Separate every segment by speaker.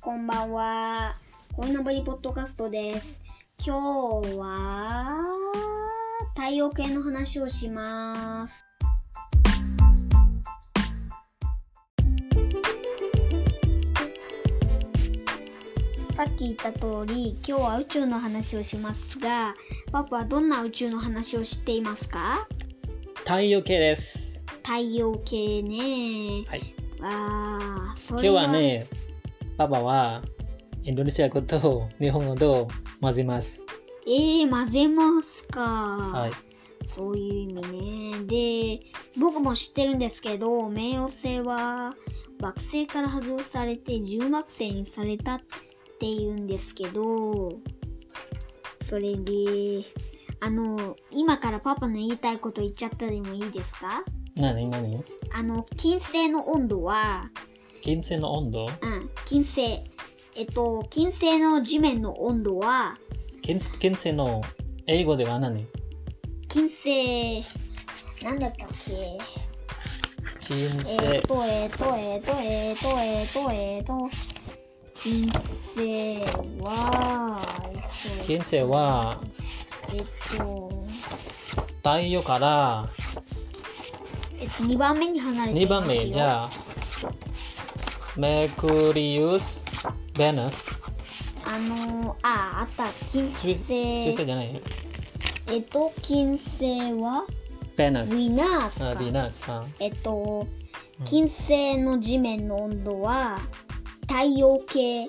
Speaker 1: こんばんは。こいのぼりポッドキャストです。今日は、太陽系の話をします。さっき言った通り、今日は宇宙の話をしますが、パパはどんな宇宙の話を知っていますか
Speaker 2: 太陽系です。
Speaker 1: 太陽系ね。
Speaker 2: はい。
Speaker 1: ああ、そ
Speaker 2: 今
Speaker 1: れ
Speaker 2: 日はね、パパはインドネシア語と日本語と混ぜます。
Speaker 1: ええ混ぜますか。は
Speaker 2: はい。
Speaker 1: そういう意味ね。で、僕も知ってるんですけど、冥王星は惑星から外されて重惑星にされたって言うんですけど、それで、あの、今からパパの言いたいこと言っちゃったでもいいですか
Speaker 2: 何何
Speaker 1: あの、金星の温度は、
Speaker 2: 金星の温度
Speaker 1: うん、金星。えっと、金星の地面の温度は、
Speaker 2: 金金星の英語では何
Speaker 1: 金星、なんだったっけ
Speaker 2: 金星、
Speaker 1: えっと、えっと、えっと、えっと、えっと、えっと、金星は、
Speaker 2: 金星は
Speaker 1: えっと、
Speaker 2: 太陽から
Speaker 1: えっと、2番目に離れてい
Speaker 2: 2
Speaker 1: ますよ
Speaker 2: 番目じゃあ、メクリウス、ベナス、
Speaker 1: あのー、あ、あった、金
Speaker 2: スイ
Speaker 1: 星
Speaker 2: ス、イスじゃない、
Speaker 1: えっと、金星は、
Speaker 2: ベナ
Speaker 1: ヴ
Speaker 2: ス、
Speaker 1: ィナース
Speaker 2: あ
Speaker 1: か
Speaker 2: ビナスさん。
Speaker 1: えっと
Speaker 2: う、ん
Speaker 1: 金星の地面の温度は、太陽系、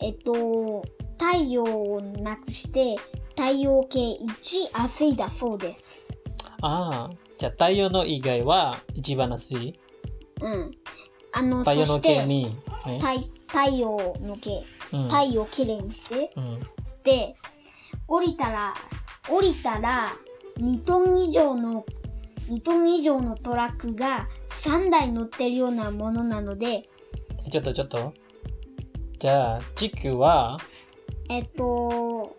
Speaker 1: えっと、太陽をなくして、太陽系一暑いだそうです。
Speaker 2: ああ、じゃあ太陽の以外は一番暑い。
Speaker 1: うん。あの、
Speaker 2: 太陽
Speaker 1: そし
Speaker 2: の
Speaker 1: て
Speaker 2: 系に、ね
Speaker 1: 太太陽の系、
Speaker 2: うん
Speaker 1: 太陽をきれいにして、
Speaker 2: うん、
Speaker 1: で、降りたら、降りたら、2トン以上の、2トン以上のトラックが3台乗ってるようなものなので、
Speaker 2: ちょっとちょっと。じゃあ、地球は、
Speaker 1: えっと、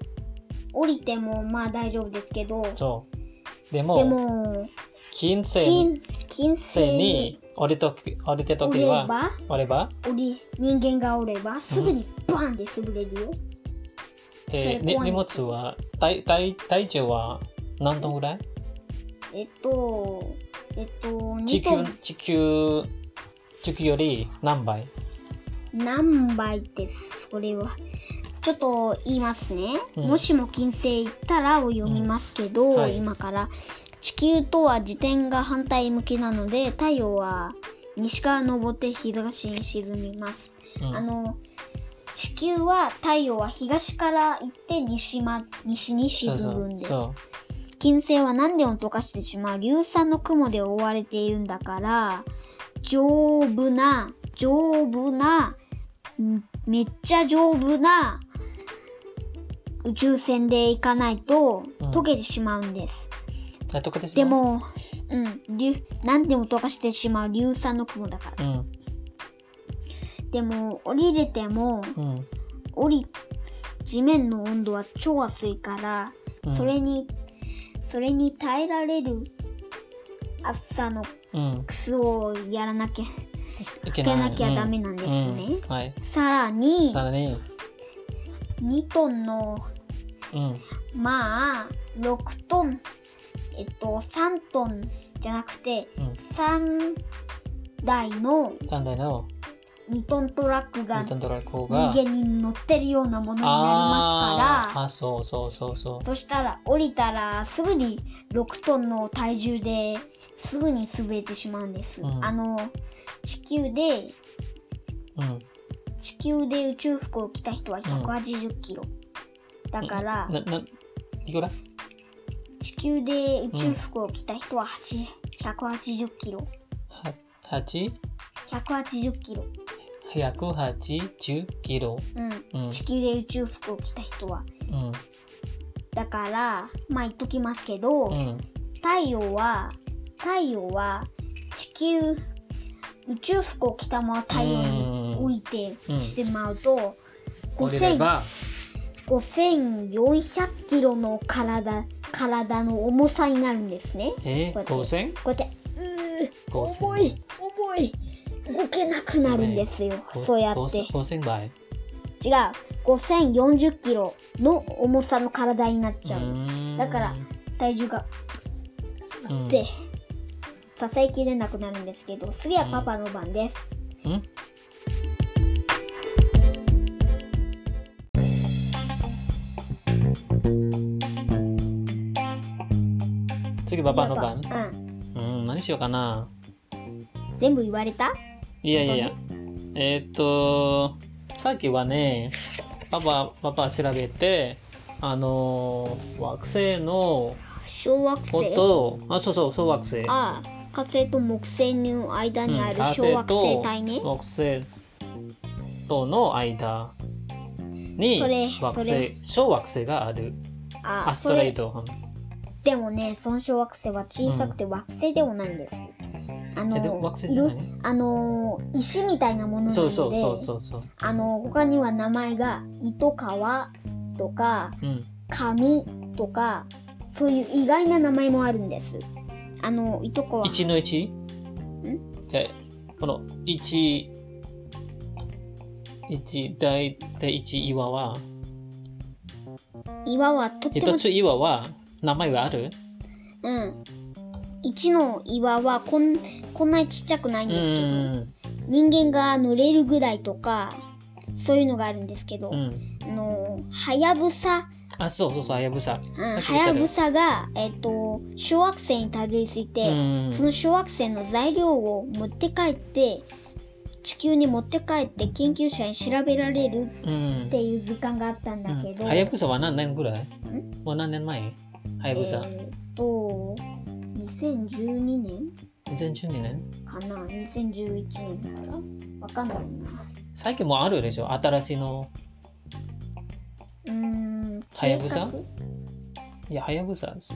Speaker 1: 降りてもまあ大丈夫ですけど、で
Speaker 2: そう。でも、
Speaker 1: も、
Speaker 2: 金星
Speaker 1: 金、金星
Speaker 2: に
Speaker 1: に
Speaker 2: 降りとき降りた
Speaker 1: 降
Speaker 2: 時
Speaker 1: れ
Speaker 2: は、
Speaker 1: ば、
Speaker 2: 降れば、
Speaker 1: 降り、人間が降れば、すぐにバーンって潰れるよ。
Speaker 2: えー
Speaker 1: それ
Speaker 2: に
Speaker 1: 怖い
Speaker 2: 荷物は、体体体重は何トンぐらい
Speaker 1: えっと、えっと、
Speaker 2: 地
Speaker 1: 2ト
Speaker 2: 球
Speaker 1: ン、
Speaker 2: 地球、地球より何倍
Speaker 1: 何倍って、それは。ちょっと言いますね。
Speaker 2: うん
Speaker 1: もしも金星行ったらを読みますけど、
Speaker 2: うんはい
Speaker 1: 今から。地球とは自転が反対向きなので、太陽は西から昇って東に沈みます。
Speaker 2: うん
Speaker 1: あの、地球は太陽は東から行って西,、ま、西に沈むんです。
Speaker 2: そうそう
Speaker 1: 金星は何でも溶かしてしまう硫酸の雲で覆われているんだから丈夫な丈夫なんめっちゃ丈夫な宇宙船で行かないと
Speaker 2: うん
Speaker 1: 溶けてしまうんです、
Speaker 2: そう。え溶けてしまう
Speaker 1: で、も、うん、硫何でも溶かしてしまう硫酸の雲だから
Speaker 2: うん、
Speaker 1: でも降りれても
Speaker 2: うん、
Speaker 1: 降り地面の温度は超熱いから
Speaker 2: うん、
Speaker 1: それに、それに耐えられる暑さの
Speaker 2: うん、
Speaker 1: クスをやらなきゃ、
Speaker 2: い
Speaker 1: かけなきゃダメなんですね。
Speaker 2: うんうんはい。
Speaker 1: さらに
Speaker 2: さ、らに、
Speaker 1: 2トンの、
Speaker 2: うん、
Speaker 1: まあ、6トン、えっと、3トンじゃなくて、
Speaker 2: うん、
Speaker 1: 3台の
Speaker 2: 三台の
Speaker 1: 2トントラック
Speaker 2: ニ
Speaker 1: が
Speaker 2: ュートントラック
Speaker 1: 人
Speaker 2: が、
Speaker 1: 間に乗ってるようなものになりま
Speaker 2: あ
Speaker 1: す
Speaker 2: ー
Speaker 1: か
Speaker 2: あ、そうそうそうそ
Speaker 1: ら、そしたら、降りたら、すぐに6トンの体重ですぐに潰れてしまうんです。
Speaker 2: うん
Speaker 1: あの、地球で
Speaker 2: う。うん。
Speaker 1: 地球で宇宙服を着た人は180キロ、だから
Speaker 2: な、な、いくら
Speaker 1: 地球で宇宙服を着た人は8 180キロ
Speaker 2: は八
Speaker 1: 180キロ、
Speaker 2: 百八十キロ。
Speaker 1: うん
Speaker 2: うん。
Speaker 1: 地球で宇宙服を着た人は
Speaker 2: うん。
Speaker 1: だからまあ言っときますけど、
Speaker 2: うん。
Speaker 1: 太陽は太陽は地球宇宙服を着たまま太陽に降りて
Speaker 2: うん
Speaker 1: してまうと、
Speaker 2: 降りれ
Speaker 1: 5000
Speaker 2: ば、
Speaker 1: 5400キロの体体の重さになるんですね。
Speaker 2: え
Speaker 1: こうや
Speaker 2: ー、
Speaker 1: って
Speaker 2: 五千
Speaker 1: こうやってう
Speaker 2: 五
Speaker 1: ー重い重い動けなくなるんですよ、そうやって
Speaker 2: 五千倍。
Speaker 1: 違う5040キロの重さの体になっちゃう、
Speaker 2: ん
Speaker 1: だから体重が
Speaker 2: うん
Speaker 1: で支えきれなくなるんですけど次はパパの番です、
Speaker 2: うん次パパの番
Speaker 1: 次はパうん
Speaker 2: うん何しようかな
Speaker 1: 全部言われた
Speaker 2: いやいやいやえーっとさっきはね パパパパ調べてあのー惑星の
Speaker 1: 小惑
Speaker 2: こ
Speaker 1: 星
Speaker 2: とあそうそうそう惑星
Speaker 1: ああ火星と木星の間にある小惑星帯ね、
Speaker 2: 惑星との間に
Speaker 1: それ
Speaker 2: 惑
Speaker 1: それ
Speaker 2: 星小惑星がある
Speaker 1: あ
Speaker 2: ア
Speaker 1: あ
Speaker 2: スト
Speaker 1: そ
Speaker 2: レイ
Speaker 1: れ
Speaker 2: ト
Speaker 1: でもねその小惑星は小さくて惑星でもないんです、あ
Speaker 2: えでも
Speaker 1: の
Speaker 2: 惑星じゃない
Speaker 1: 色あのー石みたいなものな
Speaker 2: そ
Speaker 1: の
Speaker 2: うそうそう
Speaker 1: で
Speaker 2: そうそう
Speaker 1: あの他には名前が糸川とか
Speaker 2: うん
Speaker 1: 紙とかそういう意外な名前もあるんですあの糸川
Speaker 2: 1の 1? じゃあこの1一大体一岩は
Speaker 1: 岩はとっても
Speaker 2: 一つ岩は名前がある
Speaker 1: うん1の岩はこんこんなにちっちゃくないん
Speaker 2: う
Speaker 1: ですけど、
Speaker 2: ん
Speaker 1: 人間が乗れるぐらいとかそういうのがあるんですけど、
Speaker 2: うん
Speaker 1: あのはやぶさ、
Speaker 2: あそうそうそうはやぶさ
Speaker 1: うん、
Speaker 2: さ
Speaker 1: は
Speaker 2: っき言った
Speaker 1: や
Speaker 2: よ
Speaker 1: ぶさが、えっと小惑星にたどり着いうて、そ
Speaker 2: ん
Speaker 1: の小惑星の材料を持って帰って地球に持って帰って研究者に調べられる
Speaker 2: うん
Speaker 1: っていう図鑑があったんだけど、
Speaker 2: はやぶさは何年ぐらいもう何年前は
Speaker 1: え
Speaker 2: やぶさ
Speaker 1: ーっと2012年
Speaker 2: 2012年
Speaker 1: かな2011年からわかんないな
Speaker 2: 最近もあるでしょ新しいの
Speaker 1: うーん
Speaker 2: はやぶさ
Speaker 1: 計画
Speaker 2: いやはやぶさです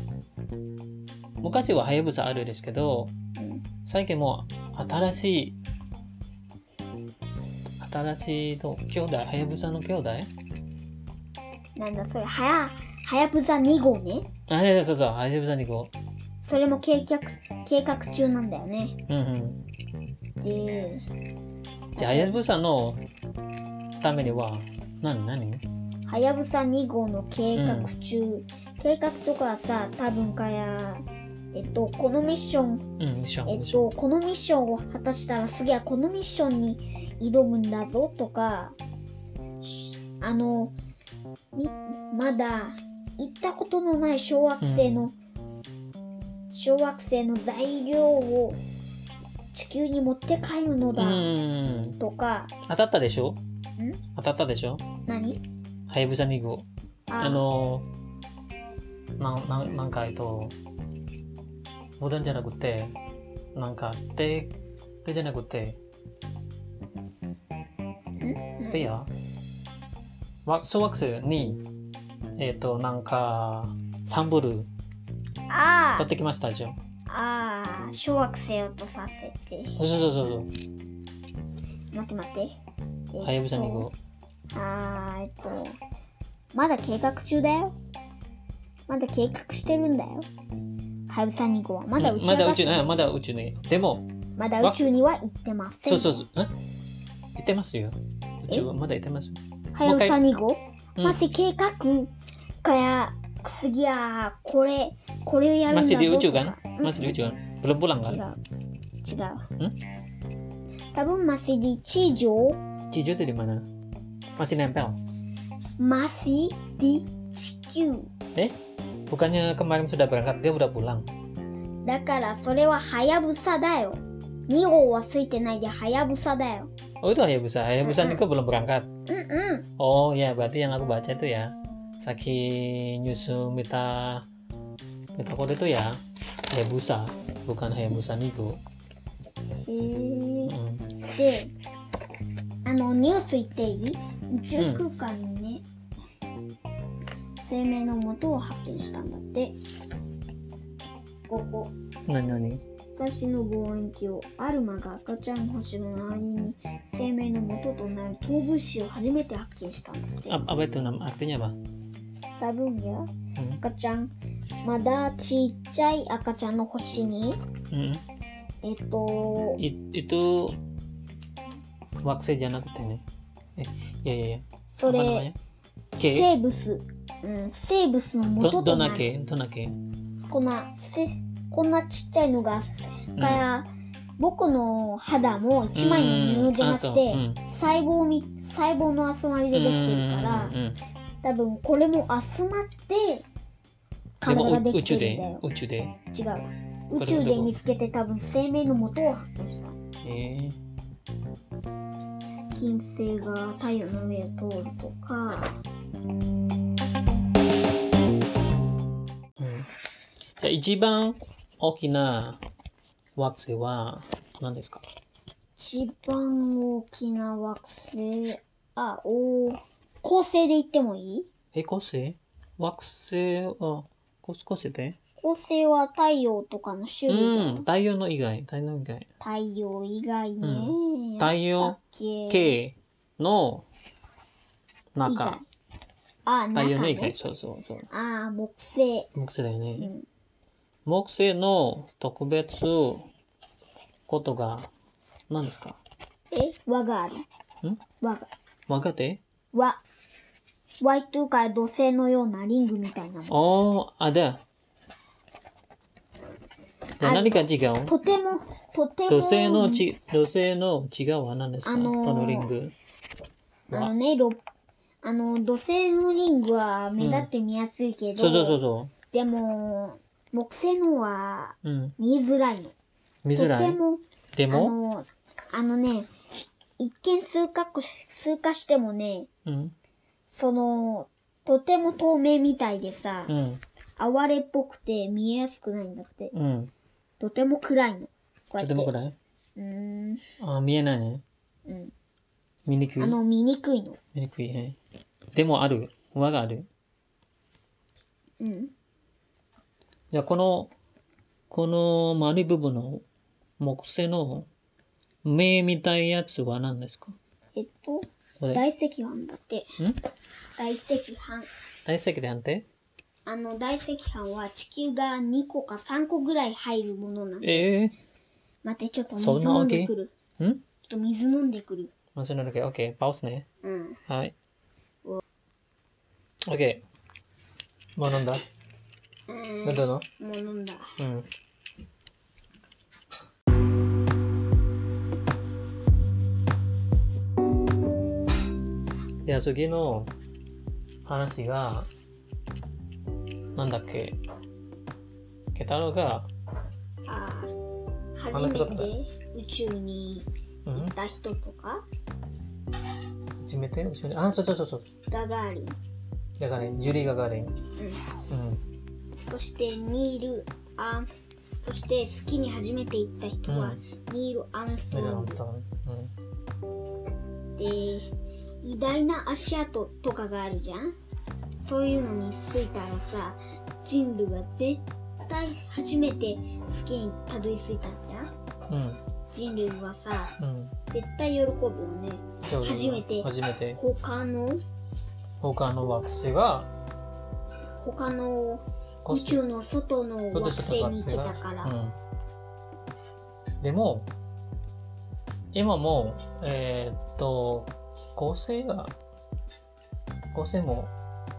Speaker 2: 昔ははやぶさあるですけど
Speaker 1: うん
Speaker 2: 最近もう新しい新しいの兄弟はやぶさの兄弟
Speaker 1: なんだそれはやはやぶさ2号ね
Speaker 2: あれそうそうはやぶさにこ
Speaker 1: それも計画計画中なんだよね
Speaker 2: ううんうん
Speaker 1: で
Speaker 2: ではやぶさのためには何何
Speaker 1: はやぶさ2号の計画中、計画とかさ多分からえっとこのミッション
Speaker 2: うん一緒
Speaker 1: え
Speaker 2: 一
Speaker 1: っ
Speaker 2: 緒
Speaker 1: とこのミッションを果たしたら次はこのミッションに挑むんだぞとかしあのみまだ行ったことのない小惑星の、小惑星の材料を地球に持って帰るの
Speaker 2: う
Speaker 1: だ
Speaker 2: ん
Speaker 1: とか、
Speaker 2: 当たったでしょ
Speaker 1: ん
Speaker 2: 当たったでしょ
Speaker 1: 何
Speaker 2: はやぶさ2号
Speaker 1: あ
Speaker 2: あのなんなんなんかえっと無駄じゃなくてなんか手手じゃなくて
Speaker 1: ん
Speaker 2: スペアわ小惑星にえっ、となんかサンブル
Speaker 1: あ
Speaker 2: 取ってきましたでしょ
Speaker 1: ああ小惑星をとさせて
Speaker 2: そうそうそうそう
Speaker 1: 待って待ってえっと
Speaker 2: はやぶさ2号
Speaker 1: あーえっとまだ計画中だよまだ計画してるんだよはやぶさ2号はまだ
Speaker 2: う
Speaker 1: 宇
Speaker 2: ん
Speaker 1: 宙
Speaker 2: まだ
Speaker 1: が
Speaker 2: 宇宙ねまだ宇宙ねでも
Speaker 1: まだ宇宙には行ってません
Speaker 2: そうそうそうえ行ってますよ宇宙はまだ行ってますよ
Speaker 1: はやぶさ2号
Speaker 2: うん
Speaker 1: まず計画から次はこれこれをやるんだぞとか
Speaker 2: マジで宇宙が
Speaker 1: うん
Speaker 2: マジで宇宙がブルブランが
Speaker 1: 違う違うん多分マシディ地上
Speaker 2: Cijo itu di mana? Masih nempel.
Speaker 1: マシディ地球
Speaker 2: Bukannya kemarin sudah berangkat, dia udah pulang.
Speaker 1: だからそれははやぶさだよ2号はついてないではやぶさだよ
Speaker 2: Oh itu Hayabusa. Hayabusa
Speaker 1: Mm-mm.
Speaker 2: Niko belum berangkat.
Speaker 1: うんう
Speaker 2: Oh ya, berarti yang aku baca itu ya. Saki Nyusu Mita Mita Kode itu ya Hayabusa, bukan Hayabusa Niko.
Speaker 1: ん
Speaker 2: Mm.
Speaker 1: であのニュース言っていい宇宙空間にね、生命のもとを発見したんだってここ
Speaker 2: Nani nani.
Speaker 1: 私の望遠鏡をアルマが赤ちゃん星の周りに生命のもととなる糖分子を初めて発見したんだって
Speaker 2: Ap- apa itu nama artinya apa?
Speaker 1: 多分や
Speaker 2: Mm.
Speaker 1: 赤ちゃんまだちっちゃい赤ちゃんの星に
Speaker 2: Mm.
Speaker 1: えっと
Speaker 2: It- itu wakse janakute nih. Eh, ya ya ya.
Speaker 1: そ
Speaker 2: 魚は
Speaker 1: れ
Speaker 2: ね系
Speaker 1: 生物、うん、生物の
Speaker 2: ど
Speaker 1: 元
Speaker 2: ど
Speaker 1: と
Speaker 2: ん
Speaker 1: な
Speaker 2: な
Speaker 1: る
Speaker 2: 系どんな系
Speaker 1: こんなせこんなちっちゃいのが
Speaker 2: うん
Speaker 1: から、僕の肌も一枚の布じゃなくて、
Speaker 2: うん
Speaker 1: 細胞み細胞の集まりで
Speaker 2: あそううん
Speaker 1: できてるから
Speaker 2: うんうんうん
Speaker 1: 多分これも集まって
Speaker 2: で
Speaker 1: 体
Speaker 2: も
Speaker 1: が
Speaker 2: う
Speaker 1: で
Speaker 2: 宇
Speaker 1: き
Speaker 2: 宙
Speaker 1: てるんだ
Speaker 2: で
Speaker 1: よ
Speaker 2: 宇宙で
Speaker 1: 違う
Speaker 2: これ
Speaker 1: 宇宙
Speaker 2: ど
Speaker 1: で
Speaker 2: こ
Speaker 1: 見つけて多分生命の元を発見した
Speaker 2: えー
Speaker 1: 金星が太陽の上を通るとか
Speaker 2: うんじゃあ一番大きな惑星は何ですか
Speaker 1: 一番大きな惑星あお恒星で言ってもいい
Speaker 2: え、個性惑星は、個個性で
Speaker 1: 恒星は太陽とかの種
Speaker 2: う
Speaker 1: 類だよ
Speaker 2: ん、太陽の以外、太陽の以外。
Speaker 1: 太陽以外ね、
Speaker 2: うん太陽
Speaker 1: 系
Speaker 2: 系の
Speaker 1: 以
Speaker 2: 中
Speaker 1: 外。あ
Speaker 2: 太陽の以
Speaker 1: 中ね
Speaker 2: 外、そうそうそう。
Speaker 1: ああ木星
Speaker 2: 木星だよ
Speaker 1: う
Speaker 2: ね。
Speaker 1: ん
Speaker 2: 木星の特別ことが何ですか
Speaker 1: え輪がある
Speaker 2: ん
Speaker 1: 輪が
Speaker 2: 分かって
Speaker 1: 輪 Y2 から土星のようなリングみたいなの
Speaker 2: おー、あ、だ。で
Speaker 1: あ
Speaker 2: 何か違う
Speaker 1: とてもとても
Speaker 2: 土星のち、土星の違うは何ですか、
Speaker 1: あのー
Speaker 2: このリング。
Speaker 1: あのねろあの土星のリングは目立って見やすいけど、
Speaker 2: そうそうそうそ
Speaker 1: でも木星のは
Speaker 2: う。うん。
Speaker 1: 見づらいの
Speaker 2: 見づら
Speaker 1: と
Speaker 2: い
Speaker 1: て。も
Speaker 2: で
Speaker 1: あ
Speaker 2: も、
Speaker 1: のあのね一見通過こ通過してもね
Speaker 2: うん。
Speaker 1: そのとても透明みたいでさ、
Speaker 2: うん。
Speaker 1: 哀れっぽくて見えやすくないんだって
Speaker 2: うん。
Speaker 1: とても暗いのこうや
Speaker 2: と
Speaker 1: って
Speaker 2: も暗い。
Speaker 1: うーん
Speaker 2: あ、見えないね。
Speaker 1: うん
Speaker 2: 見にくい
Speaker 1: あ。の見にくいの
Speaker 2: 見にくいね。でもある。輪がある。
Speaker 1: うん
Speaker 2: じゃあ、この、この丸い部分の木星の目みたいやつは何ですか
Speaker 1: えっと
Speaker 2: これ。ん
Speaker 1: 大赤飯だって大赤飯
Speaker 2: 大石で判定
Speaker 1: あの大赤飯は地球が2個か3個ぐらい入るものなの
Speaker 2: え
Speaker 1: 待ってちょっと水
Speaker 2: そんな
Speaker 1: 飲
Speaker 2: わ
Speaker 1: ん
Speaker 2: け
Speaker 1: でくる
Speaker 2: えん
Speaker 1: ちょっと水飲んでくる
Speaker 2: もちろんだけど、OK。パウスね。
Speaker 1: うん
Speaker 2: はい。OK。もう飲んだ
Speaker 1: う
Speaker 2: どう
Speaker 1: ー
Speaker 2: ぞの
Speaker 1: んもう飲んだ
Speaker 2: うん。じゃあ次の話が、なんだっけ。ケタロが、
Speaker 1: あー
Speaker 2: 話
Speaker 1: 初め
Speaker 2: し方だ
Speaker 1: て宇宙に
Speaker 2: う
Speaker 1: 行
Speaker 2: ん
Speaker 1: った人とか
Speaker 2: 初めて後ろに。あ、そうそうそうそう。
Speaker 1: ガガーリン、
Speaker 2: ガガレン、ジュリー・ガガレン。
Speaker 1: うん、
Speaker 2: うん。
Speaker 1: そしてニール・アームそして月に初めて行った人は、
Speaker 2: うん
Speaker 1: ニール・アームスト
Speaker 2: メラ
Speaker 1: ロ
Speaker 2: ノ
Speaker 1: ン
Speaker 2: ン
Speaker 1: グ
Speaker 2: ストーン。うん。
Speaker 1: で偉大な足跡とかがあるじゃんそういうのについたらさ人類は絶対初めて月にたどり着いたんじゃん
Speaker 2: うん。
Speaker 1: 人類はさ
Speaker 2: うん。
Speaker 1: 絶対喜ぶよね
Speaker 2: そうだね
Speaker 1: 初めて
Speaker 2: 初めて。
Speaker 1: 他の
Speaker 2: 他の惑星が、
Speaker 1: 他の
Speaker 2: コ
Speaker 1: 宇
Speaker 2: ス
Speaker 1: 宙の外の惑星に行けたから、
Speaker 2: うん、でも今もえーっと合成が合成も行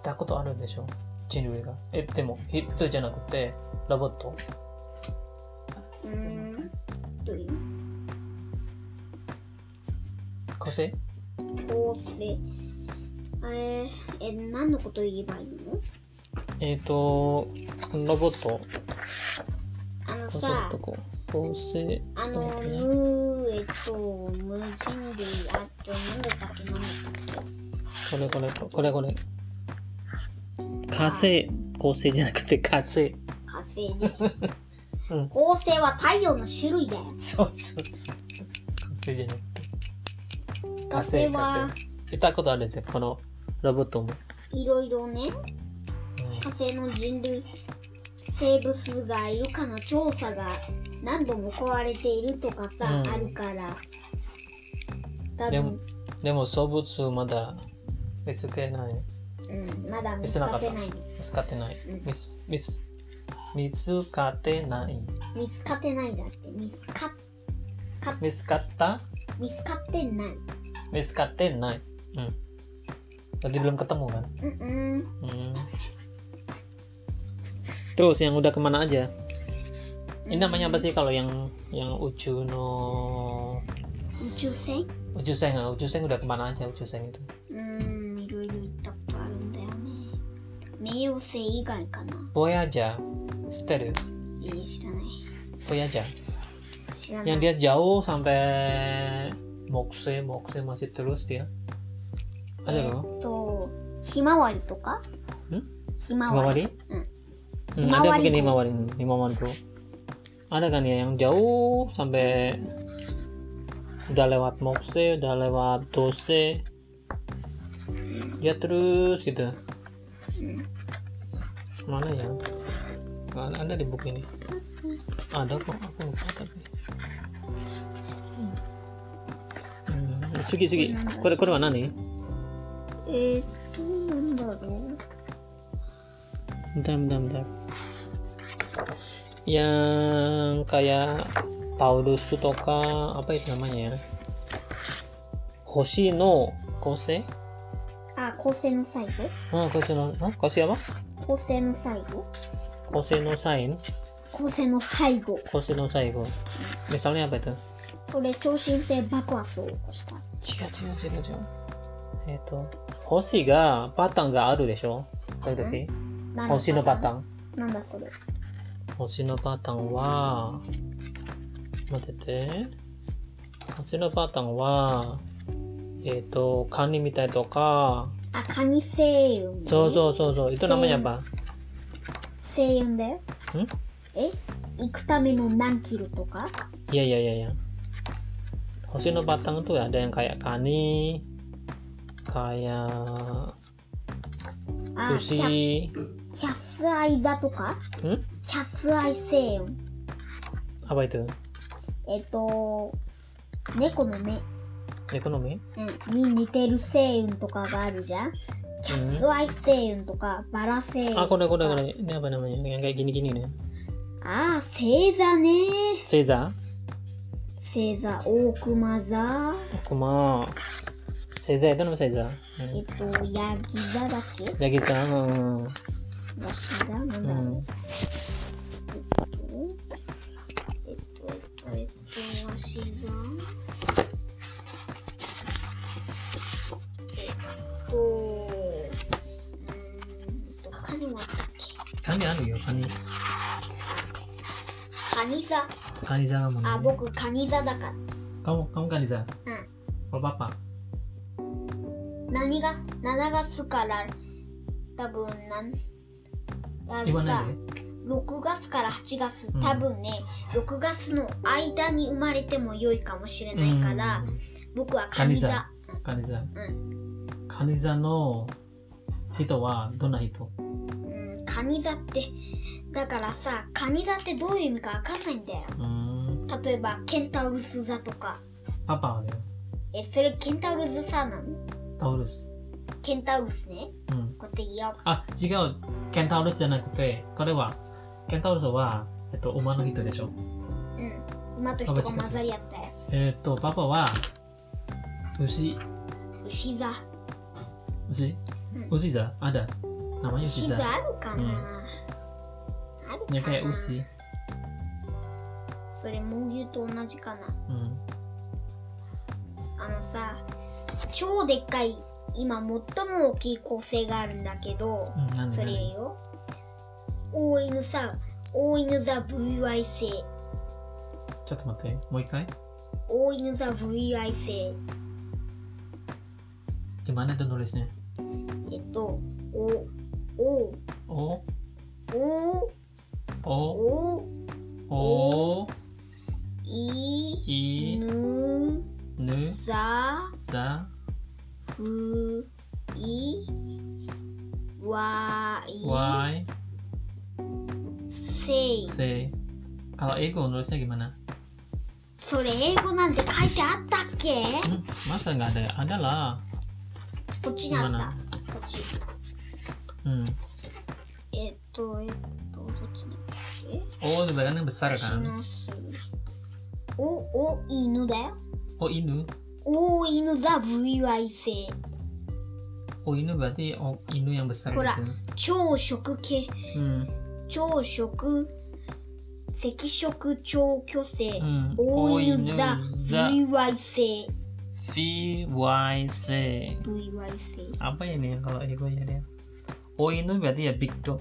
Speaker 2: ったことあるんでしょ人類がえでも人じゃなくてロボット
Speaker 1: うーんどういう
Speaker 2: 合成
Speaker 1: 構成えー、え何のこと言えばいいの
Speaker 2: えーっとロボット
Speaker 1: あの
Speaker 2: 合成
Speaker 1: さ
Speaker 2: とこ合成
Speaker 1: あのムーえっと無人類あと何だったっけ何だったっ
Speaker 2: これこれこれこれ火星合成じゃなくて火星
Speaker 1: け火星ね
Speaker 2: うん
Speaker 1: 恒星は太陽の種類だよ
Speaker 2: そうそうそう合成じゃなくて
Speaker 1: 火星は
Speaker 2: 行ったことあるんですよ、このロボットも。
Speaker 1: いろいろね火星の人類生物がいるかの調査が何度も行われているとかさ、
Speaker 2: うん
Speaker 1: あるから多
Speaker 2: でも
Speaker 1: 分、
Speaker 2: でも、動物まだ見つけない、
Speaker 1: うん、まだ見
Speaker 2: 見
Speaker 1: つ
Speaker 2: せな
Speaker 1: か
Speaker 2: か
Speaker 1: っ
Speaker 2: ってた
Speaker 1: ないの
Speaker 2: 見つかってない
Speaker 1: うん。
Speaker 2: 見つ見つ見つかってない。
Speaker 1: 見つかってないじゃなくて見つか
Speaker 2: 見つかった
Speaker 1: 見つかってない
Speaker 2: 見つかってない。 Tadi belum ketemu kan?
Speaker 1: Mm-mm.
Speaker 2: Hmm. Terus yang udah kemana aja? Ini namanya apa sih kalau yang yang Ucu no
Speaker 1: 宇宙船
Speaker 2: Ucu Seng? ah, Ucu Seng udah kemana aja Ucu Seng itu?
Speaker 1: うーんいろいろ行ったことあるんだよね冥王星以外かな
Speaker 2: Voyager, Stel,
Speaker 1: えー知らない
Speaker 2: Voyager.
Speaker 1: 知らない
Speaker 2: Yang dia jauh sampai Moxe, Moxe masih terus dia.
Speaker 1: えー
Speaker 2: Ada loh.
Speaker 1: っとひまわりとかひまわり
Speaker 2: Himawari?
Speaker 1: Hmm.
Speaker 2: Hmm, ada mungkin
Speaker 1: Himawari-ku.
Speaker 2: Himawari, hmm, Himawariku. Ada kan ya yang jauh sampai udah lewat Moxe, udah lewat Dose. Dia terus gitu. Mana ya? Nggak Ada di buku ini. Ada kok, aku lupa tapi. Hmm, Sugi Sugi, kore kore wa nani?
Speaker 1: えーっとなんだろう
Speaker 2: Bentar, bentar, bentar. Yang kayak Taurus Sutoka, apa itu namanya ya? Hoshi no Kose?
Speaker 1: あ構成の最後
Speaker 2: Ah, Kose no, ah, Kose apa?
Speaker 1: 構成の最後
Speaker 2: Kose no Sain?
Speaker 1: 構成の最後
Speaker 2: Kose no Saigo. Misalnya apa itu?
Speaker 1: これ超新星爆発を起こした
Speaker 2: Ciga, ciga, ciga, ciga. Eto. Hoshi ga patang ga aru desho? Doki-doki.
Speaker 1: なんだ
Speaker 2: Hoshi no patang.
Speaker 1: なんだそれ
Speaker 2: 星のパターンは待ってて星のパターンはえっ、とカニみたいとか
Speaker 1: あカニ星雲
Speaker 2: そうそうそうそう糸名前やっぱ
Speaker 1: 星雲だよえ行くための何キロとか
Speaker 2: iya iya iya iya Hoshi no Batang tuh ada yang kayak kani kayak
Speaker 1: あキャ
Speaker 2: sushi
Speaker 1: キャスアイ座とか
Speaker 2: hmm?
Speaker 1: キャスアイ星雲
Speaker 2: apa itu
Speaker 1: えっと猫の目、
Speaker 2: ekonomi
Speaker 1: うん、に似てる星雲とかがあるじゃんキャスアイ星雲とかバラ星雲
Speaker 2: ah kode kode kode ini apa namanya yang kayak gini gini nih
Speaker 1: あー星座ね
Speaker 2: Seiza
Speaker 1: 星座大熊座
Speaker 2: aku mau Seiza itu nama Seiza
Speaker 1: えっとヤギ座だっけ
Speaker 2: lagi sama
Speaker 1: ヤシ座なんだろう、
Speaker 2: hmm.
Speaker 1: えっと、えっと、えっと、えっと、えっと、わしが。えっと、うーんと、カニもあったっけ
Speaker 2: Kami ada ya, kami
Speaker 1: カニ座。
Speaker 2: Kaniza kamu.
Speaker 1: あ、僕、カニ座だか
Speaker 2: Kamu kamu Kaniza.
Speaker 1: ら。うん。
Speaker 2: Kalau papa.
Speaker 1: 何が、7月から、多分なん、あの
Speaker 2: Iwan
Speaker 1: さ
Speaker 2: aja.
Speaker 1: 6月から8月
Speaker 2: うん、
Speaker 1: 多分ね、6月の間に生まれても良いかもしれない
Speaker 2: Hmm,
Speaker 1: から、僕はカニ座。
Speaker 2: カ Kaniza.
Speaker 1: うん。
Speaker 2: Kaniza no hito wa dona hito.
Speaker 1: うんカニ座ってだからさカニ座ってどういう意味かわかんないんだよ
Speaker 2: Hmm,
Speaker 1: 例えばケンタウルス座とか
Speaker 2: papa ada.
Speaker 1: えそれケンタウルス座なの
Speaker 2: Taurus.
Speaker 1: ケンタウルスね
Speaker 2: Hmm.
Speaker 1: こうやって言おう
Speaker 2: Ah, jika Kentaurus じゃなくて、これは Kentaurus はえっと馬の人でしょ。
Speaker 1: うん馬と人が混ざり合ったや
Speaker 2: えっとパパは牛
Speaker 1: つ牛座
Speaker 2: 牛
Speaker 1: うん
Speaker 2: 牛座 ada
Speaker 1: 牛
Speaker 2: namanya 牛
Speaker 1: 座
Speaker 2: 座。
Speaker 1: あるかな、ある
Speaker 2: Yang
Speaker 1: か
Speaker 2: kayak
Speaker 1: な
Speaker 2: usi.
Speaker 1: それ猛牛と同じかな
Speaker 2: Hmm.
Speaker 1: あのさ超でっかい今最も大きい恒星があるんだけど、
Speaker 2: Hmm, nani,
Speaker 1: それ
Speaker 2: nani.
Speaker 1: よ。大犬さん、大犬座 VY 星、
Speaker 2: ちょっと待って、もう一回。
Speaker 1: 大犬座 VY 星、
Speaker 2: Gimana itu nulisnya?
Speaker 1: えっと、お、お、
Speaker 2: O
Speaker 1: お、
Speaker 2: O
Speaker 1: お、
Speaker 2: お
Speaker 1: い、
Speaker 2: い
Speaker 1: ぬ、
Speaker 2: ぬ
Speaker 1: ざ、
Speaker 2: ざ
Speaker 1: ふ、い、わ、い、
Speaker 2: わい
Speaker 1: せい。
Speaker 2: せ kalau ego nulisnya gimana?
Speaker 1: それ英語なんて書いてあったっけ
Speaker 2: Hmm, masa nggak ada? Ada lah.
Speaker 1: こっちにあ
Speaker 2: Gimana?
Speaker 1: った。こっち。
Speaker 2: Hmm.
Speaker 1: えっと、えっと、どっちにあったっけ
Speaker 2: O itu kan yang besar
Speaker 1: し
Speaker 2: kan?
Speaker 1: ます。お、お、犬だよ。
Speaker 2: O inu.
Speaker 1: お、犬座 VY 星。
Speaker 2: Oh ini berarti oh, Inu yang besar
Speaker 1: Kurang.
Speaker 2: gitu.
Speaker 1: 朝食系
Speaker 2: Hmm.
Speaker 1: 朝食赤色超巨星
Speaker 2: hmm.
Speaker 1: 大犬
Speaker 2: Oinu
Speaker 1: 座
Speaker 2: za
Speaker 1: VY 星 VY
Speaker 2: VYC.
Speaker 1: 星
Speaker 2: Apa ya nih kalau ego ya dia? Oinu berarti ya big dog.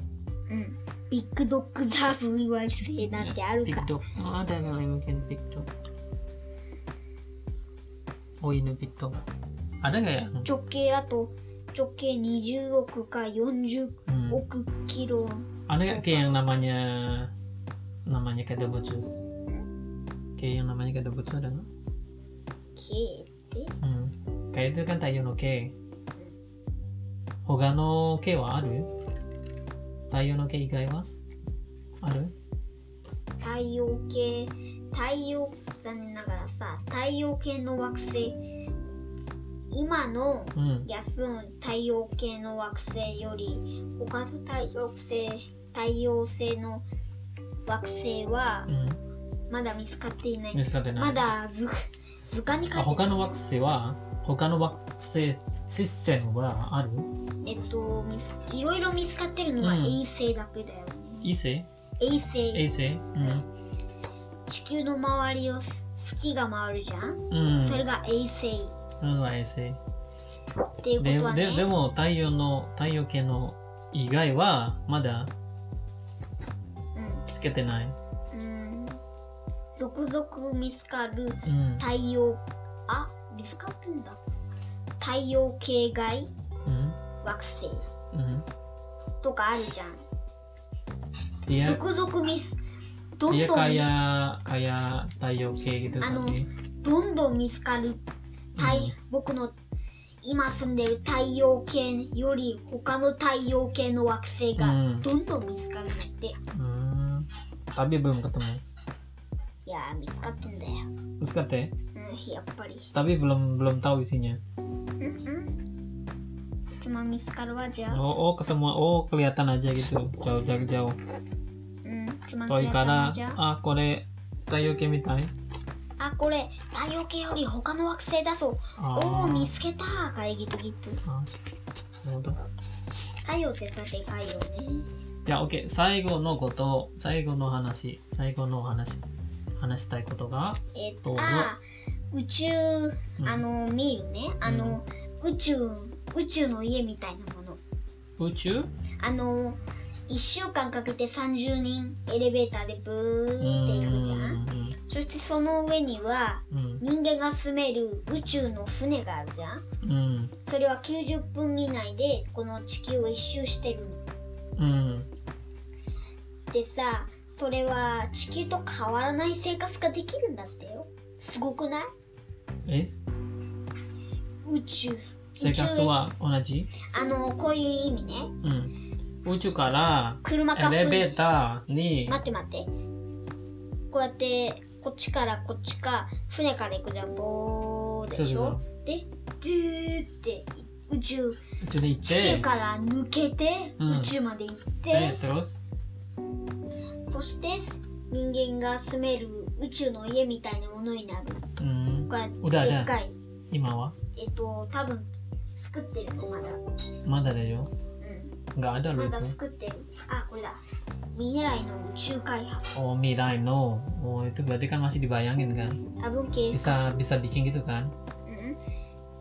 Speaker 1: うんビッグドッグザ VY 星なんてある
Speaker 2: Big
Speaker 1: か
Speaker 2: dog. Oh, ada kali mungkin big dog. Oinu big dog. Oh, Ada nggak ya?
Speaker 1: 直径あと直径20億か40
Speaker 2: Hmm.
Speaker 1: 億キロ
Speaker 2: Ada nggak kayak yang namanya namanya kadabutsu? Kayak yang namanya kadabutsu ada nggak?
Speaker 1: 系って
Speaker 2: Hmm. Kayak itu kan Taiyo no Ke. Hoga no Ke wa aru? Taiyo no Ke igai wa? Aru?
Speaker 1: 太陽系太陽残念ながらさ太陽系の惑星今の
Speaker 2: Hmm.
Speaker 1: 安の太陽系の惑星より他の太陽星太陽星の惑星は
Speaker 2: Hmm.
Speaker 1: まだ見つかっていない
Speaker 2: Mizukatte nai.
Speaker 1: まだ図図鑑に書
Speaker 2: Ah,
Speaker 1: いて
Speaker 2: hoga no wakusei wa? Hoga no wakusei system wa aru?
Speaker 1: えっといろいろ見つかってるのが
Speaker 2: うん
Speaker 1: 衛星だけだよね、
Speaker 2: Ise?
Speaker 1: 衛星
Speaker 2: Eise? Hmm.
Speaker 1: 地球の周りを月が回るじゃん、
Speaker 2: Hmm.
Speaker 1: それが衛星
Speaker 2: Hmm, wa Eise.
Speaker 1: っていうこ
Speaker 2: で
Speaker 1: とはね
Speaker 2: ででも太陽の太陽系の以外はまだつけてない。
Speaker 1: うん、うん、続々見つかる
Speaker 2: うん。
Speaker 1: 太陽あ見つかってんだ太陽系外
Speaker 2: うん。
Speaker 1: 惑星
Speaker 2: うん。
Speaker 1: とかあるじゃん
Speaker 2: Dia,
Speaker 1: 続々見すどん
Speaker 2: dia
Speaker 1: どん見
Speaker 2: kayak kayak 太陽系 gitu
Speaker 1: あの
Speaker 2: tapi.
Speaker 1: どんどん見つかる太、
Speaker 2: うん
Speaker 1: 僕の今住んでる太陽系より他の太陽系の惑星
Speaker 2: う
Speaker 1: が
Speaker 2: ん
Speaker 1: どんどん見つかるんだって、
Speaker 2: Hmm. Tapi belum ketemu.
Speaker 1: いやー見つかってんだよ、
Speaker 2: Terus kata,
Speaker 1: うん、やっぱり
Speaker 2: tapi belum belum tahu isinya.
Speaker 1: うんうんま見つかるわじゃあ
Speaker 2: Oh, oh ketemu, oh kelihatan aja gitu, jauh jauh jauh.
Speaker 1: うんつま
Speaker 2: Toi
Speaker 1: り
Speaker 2: kara,
Speaker 1: じゃあ
Speaker 2: ah kore 太陽系みたい。
Speaker 1: あこれ太陽系より他の惑星だぞおおー見つけたーかいギトギト
Speaker 2: Ah. Ah.
Speaker 1: 太陽ってさでかいよね
Speaker 2: じゃあ、OK。最後のこと、最後の話、最後のお話、話したいことが、
Speaker 1: えっ
Speaker 2: どう
Speaker 1: と
Speaker 2: ぞ
Speaker 1: あー宇宙
Speaker 2: うん
Speaker 1: あの見るねあの、宇宙宇宙の家みたいなもの
Speaker 2: 宇宙
Speaker 1: あの1週間かけて30人エレベーターでブーって行くじゃんそしてその上には
Speaker 2: うん
Speaker 1: 人間が住める宇宙の船があるじゃん
Speaker 2: うんうん
Speaker 1: それは90分以内でこの地球を一周してるの
Speaker 2: うん
Speaker 1: でさそれは地球と変わらない生活ができるんだってよすごくない
Speaker 2: え
Speaker 1: 宇宙
Speaker 2: 生活は同じ、
Speaker 1: あのこういう意味ね
Speaker 2: うん、宇宙から
Speaker 1: 車か
Speaker 2: エ
Speaker 1: す
Speaker 2: レベーターに、
Speaker 1: 待って待ってこうやってこっちからこっちか船から行くじゃんボーでし
Speaker 2: そ
Speaker 1: ょ
Speaker 2: うそうそう
Speaker 1: でドゥーって宇宙
Speaker 2: 宇宙に行っ
Speaker 1: 地球
Speaker 2: て、
Speaker 1: から抜けて、
Speaker 2: うん
Speaker 1: 宇宙まで行っ
Speaker 2: で
Speaker 1: て、
Speaker 2: terus
Speaker 1: そして人間が住める宇宙の家みたいなものになる
Speaker 2: うん、
Speaker 1: こうやって
Speaker 2: うだね
Speaker 1: でっかい
Speaker 2: 今は
Speaker 1: えっと多分作ってるのまだ
Speaker 2: まだだよ。
Speaker 1: う
Speaker 2: がある
Speaker 1: んま
Speaker 2: の
Speaker 1: だ作ってるあこれだ未来の宇宙開発
Speaker 2: Oh, mirai no. Oh, itu berarti kan masih dibayangin kan?
Speaker 1: 多分計算
Speaker 2: Bisa bisa bikin gitu kan?
Speaker 1: うん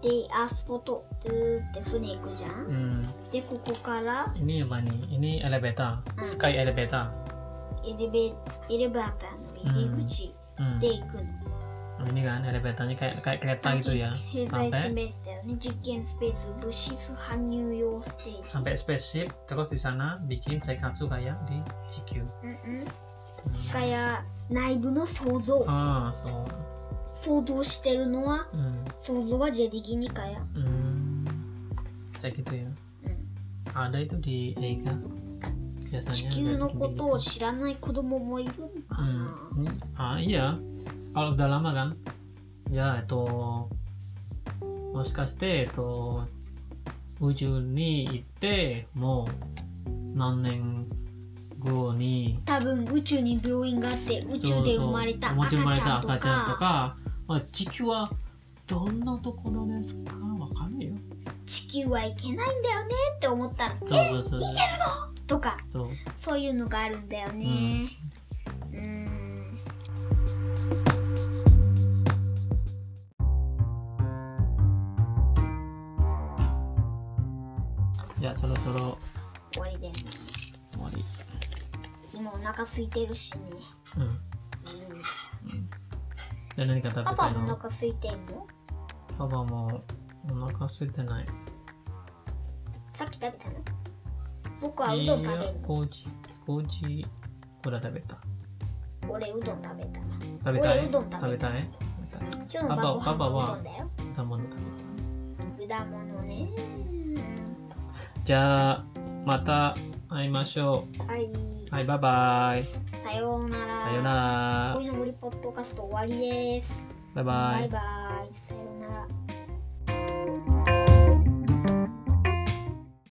Speaker 1: で、あそこと、ずーって船行くじゃん。
Speaker 2: Hmm.
Speaker 1: で、ここから、
Speaker 2: Ini apa nih? Ini elevator, sky elevator.
Speaker 1: エレベエレベーターの入り口
Speaker 2: Hmm.
Speaker 1: で行くの。
Speaker 2: Nah, ini kan elevatornya kayak kayak
Speaker 1: さ
Speaker 2: kereta
Speaker 1: っき
Speaker 2: gitu ya.
Speaker 1: 経済スペース
Speaker 2: Sampai
Speaker 1: だよね。実験スペース、物質搬入用ステージ。
Speaker 2: sampai spaceship terus di sana bikin seikatsu kayak di GQ.
Speaker 1: うんうん。ガ
Speaker 2: Hmm.
Speaker 1: ヤ内部の想像。
Speaker 2: Ah, so.
Speaker 1: 想像してるのは、
Speaker 2: Hmm.
Speaker 1: 想像はジェディギニカや。
Speaker 2: Hmm. Kayak gitu ya.
Speaker 1: うん、
Speaker 2: Ada itu di Eiga. Biasanya
Speaker 1: 地球
Speaker 2: udah
Speaker 1: の
Speaker 2: bikin
Speaker 1: こ
Speaker 2: gitu.
Speaker 1: とを知らない子供もいるのか
Speaker 2: Hmm.
Speaker 1: な、
Speaker 2: Hmm. Ah, iya. Kalau udah lama kan? Ya, itu もしかして、えっと、宇宙に行って、もう何年後に
Speaker 1: 多分宇宙に病院があって宇宙で生まれた
Speaker 2: そうそう
Speaker 1: 赤ちゃんとか
Speaker 2: 宇宙で生まれた赤ちゃんとか、まあ、地球はどんなところですかわかるよ。
Speaker 1: 地球はいけないんだよねって思ったら「
Speaker 2: そうそうそう
Speaker 1: いけるぞ!」とか
Speaker 2: そう
Speaker 1: そういうのがあるんだよね。うーん
Speaker 2: じゃあそろそろ
Speaker 1: 終わりだよね。
Speaker 2: 終わり
Speaker 1: 今お腹空いてるしね。
Speaker 2: うん、うん、
Speaker 1: うん
Speaker 2: じゃあ何か食べ
Speaker 1: パ
Speaker 2: た
Speaker 1: パ
Speaker 2: い
Speaker 1: もお
Speaker 2: の
Speaker 1: 腹空いてんの
Speaker 2: パパもお腹空いてない
Speaker 1: さっき食べたの僕はうどん食べるの。
Speaker 2: 麹麹これ食べた
Speaker 1: 俺うどん食べたな。
Speaker 2: 食べたい
Speaker 1: 俺うどん食べた
Speaker 2: 食べたい食べたい
Speaker 1: 今日の
Speaker 2: パパ
Speaker 1: 晩ご飯
Speaker 2: パパは
Speaker 1: うどんだよ。
Speaker 2: 果物食べ
Speaker 1: 果物ね。
Speaker 2: たじゃあまた会いましょ
Speaker 1: はい。
Speaker 2: うはいバイバイ
Speaker 1: さようなら。
Speaker 2: さよなら
Speaker 1: 恋の森ポッドキャスト終わりです。
Speaker 2: バイバ
Speaker 1: バ
Speaker 2: イ
Speaker 1: イバイ。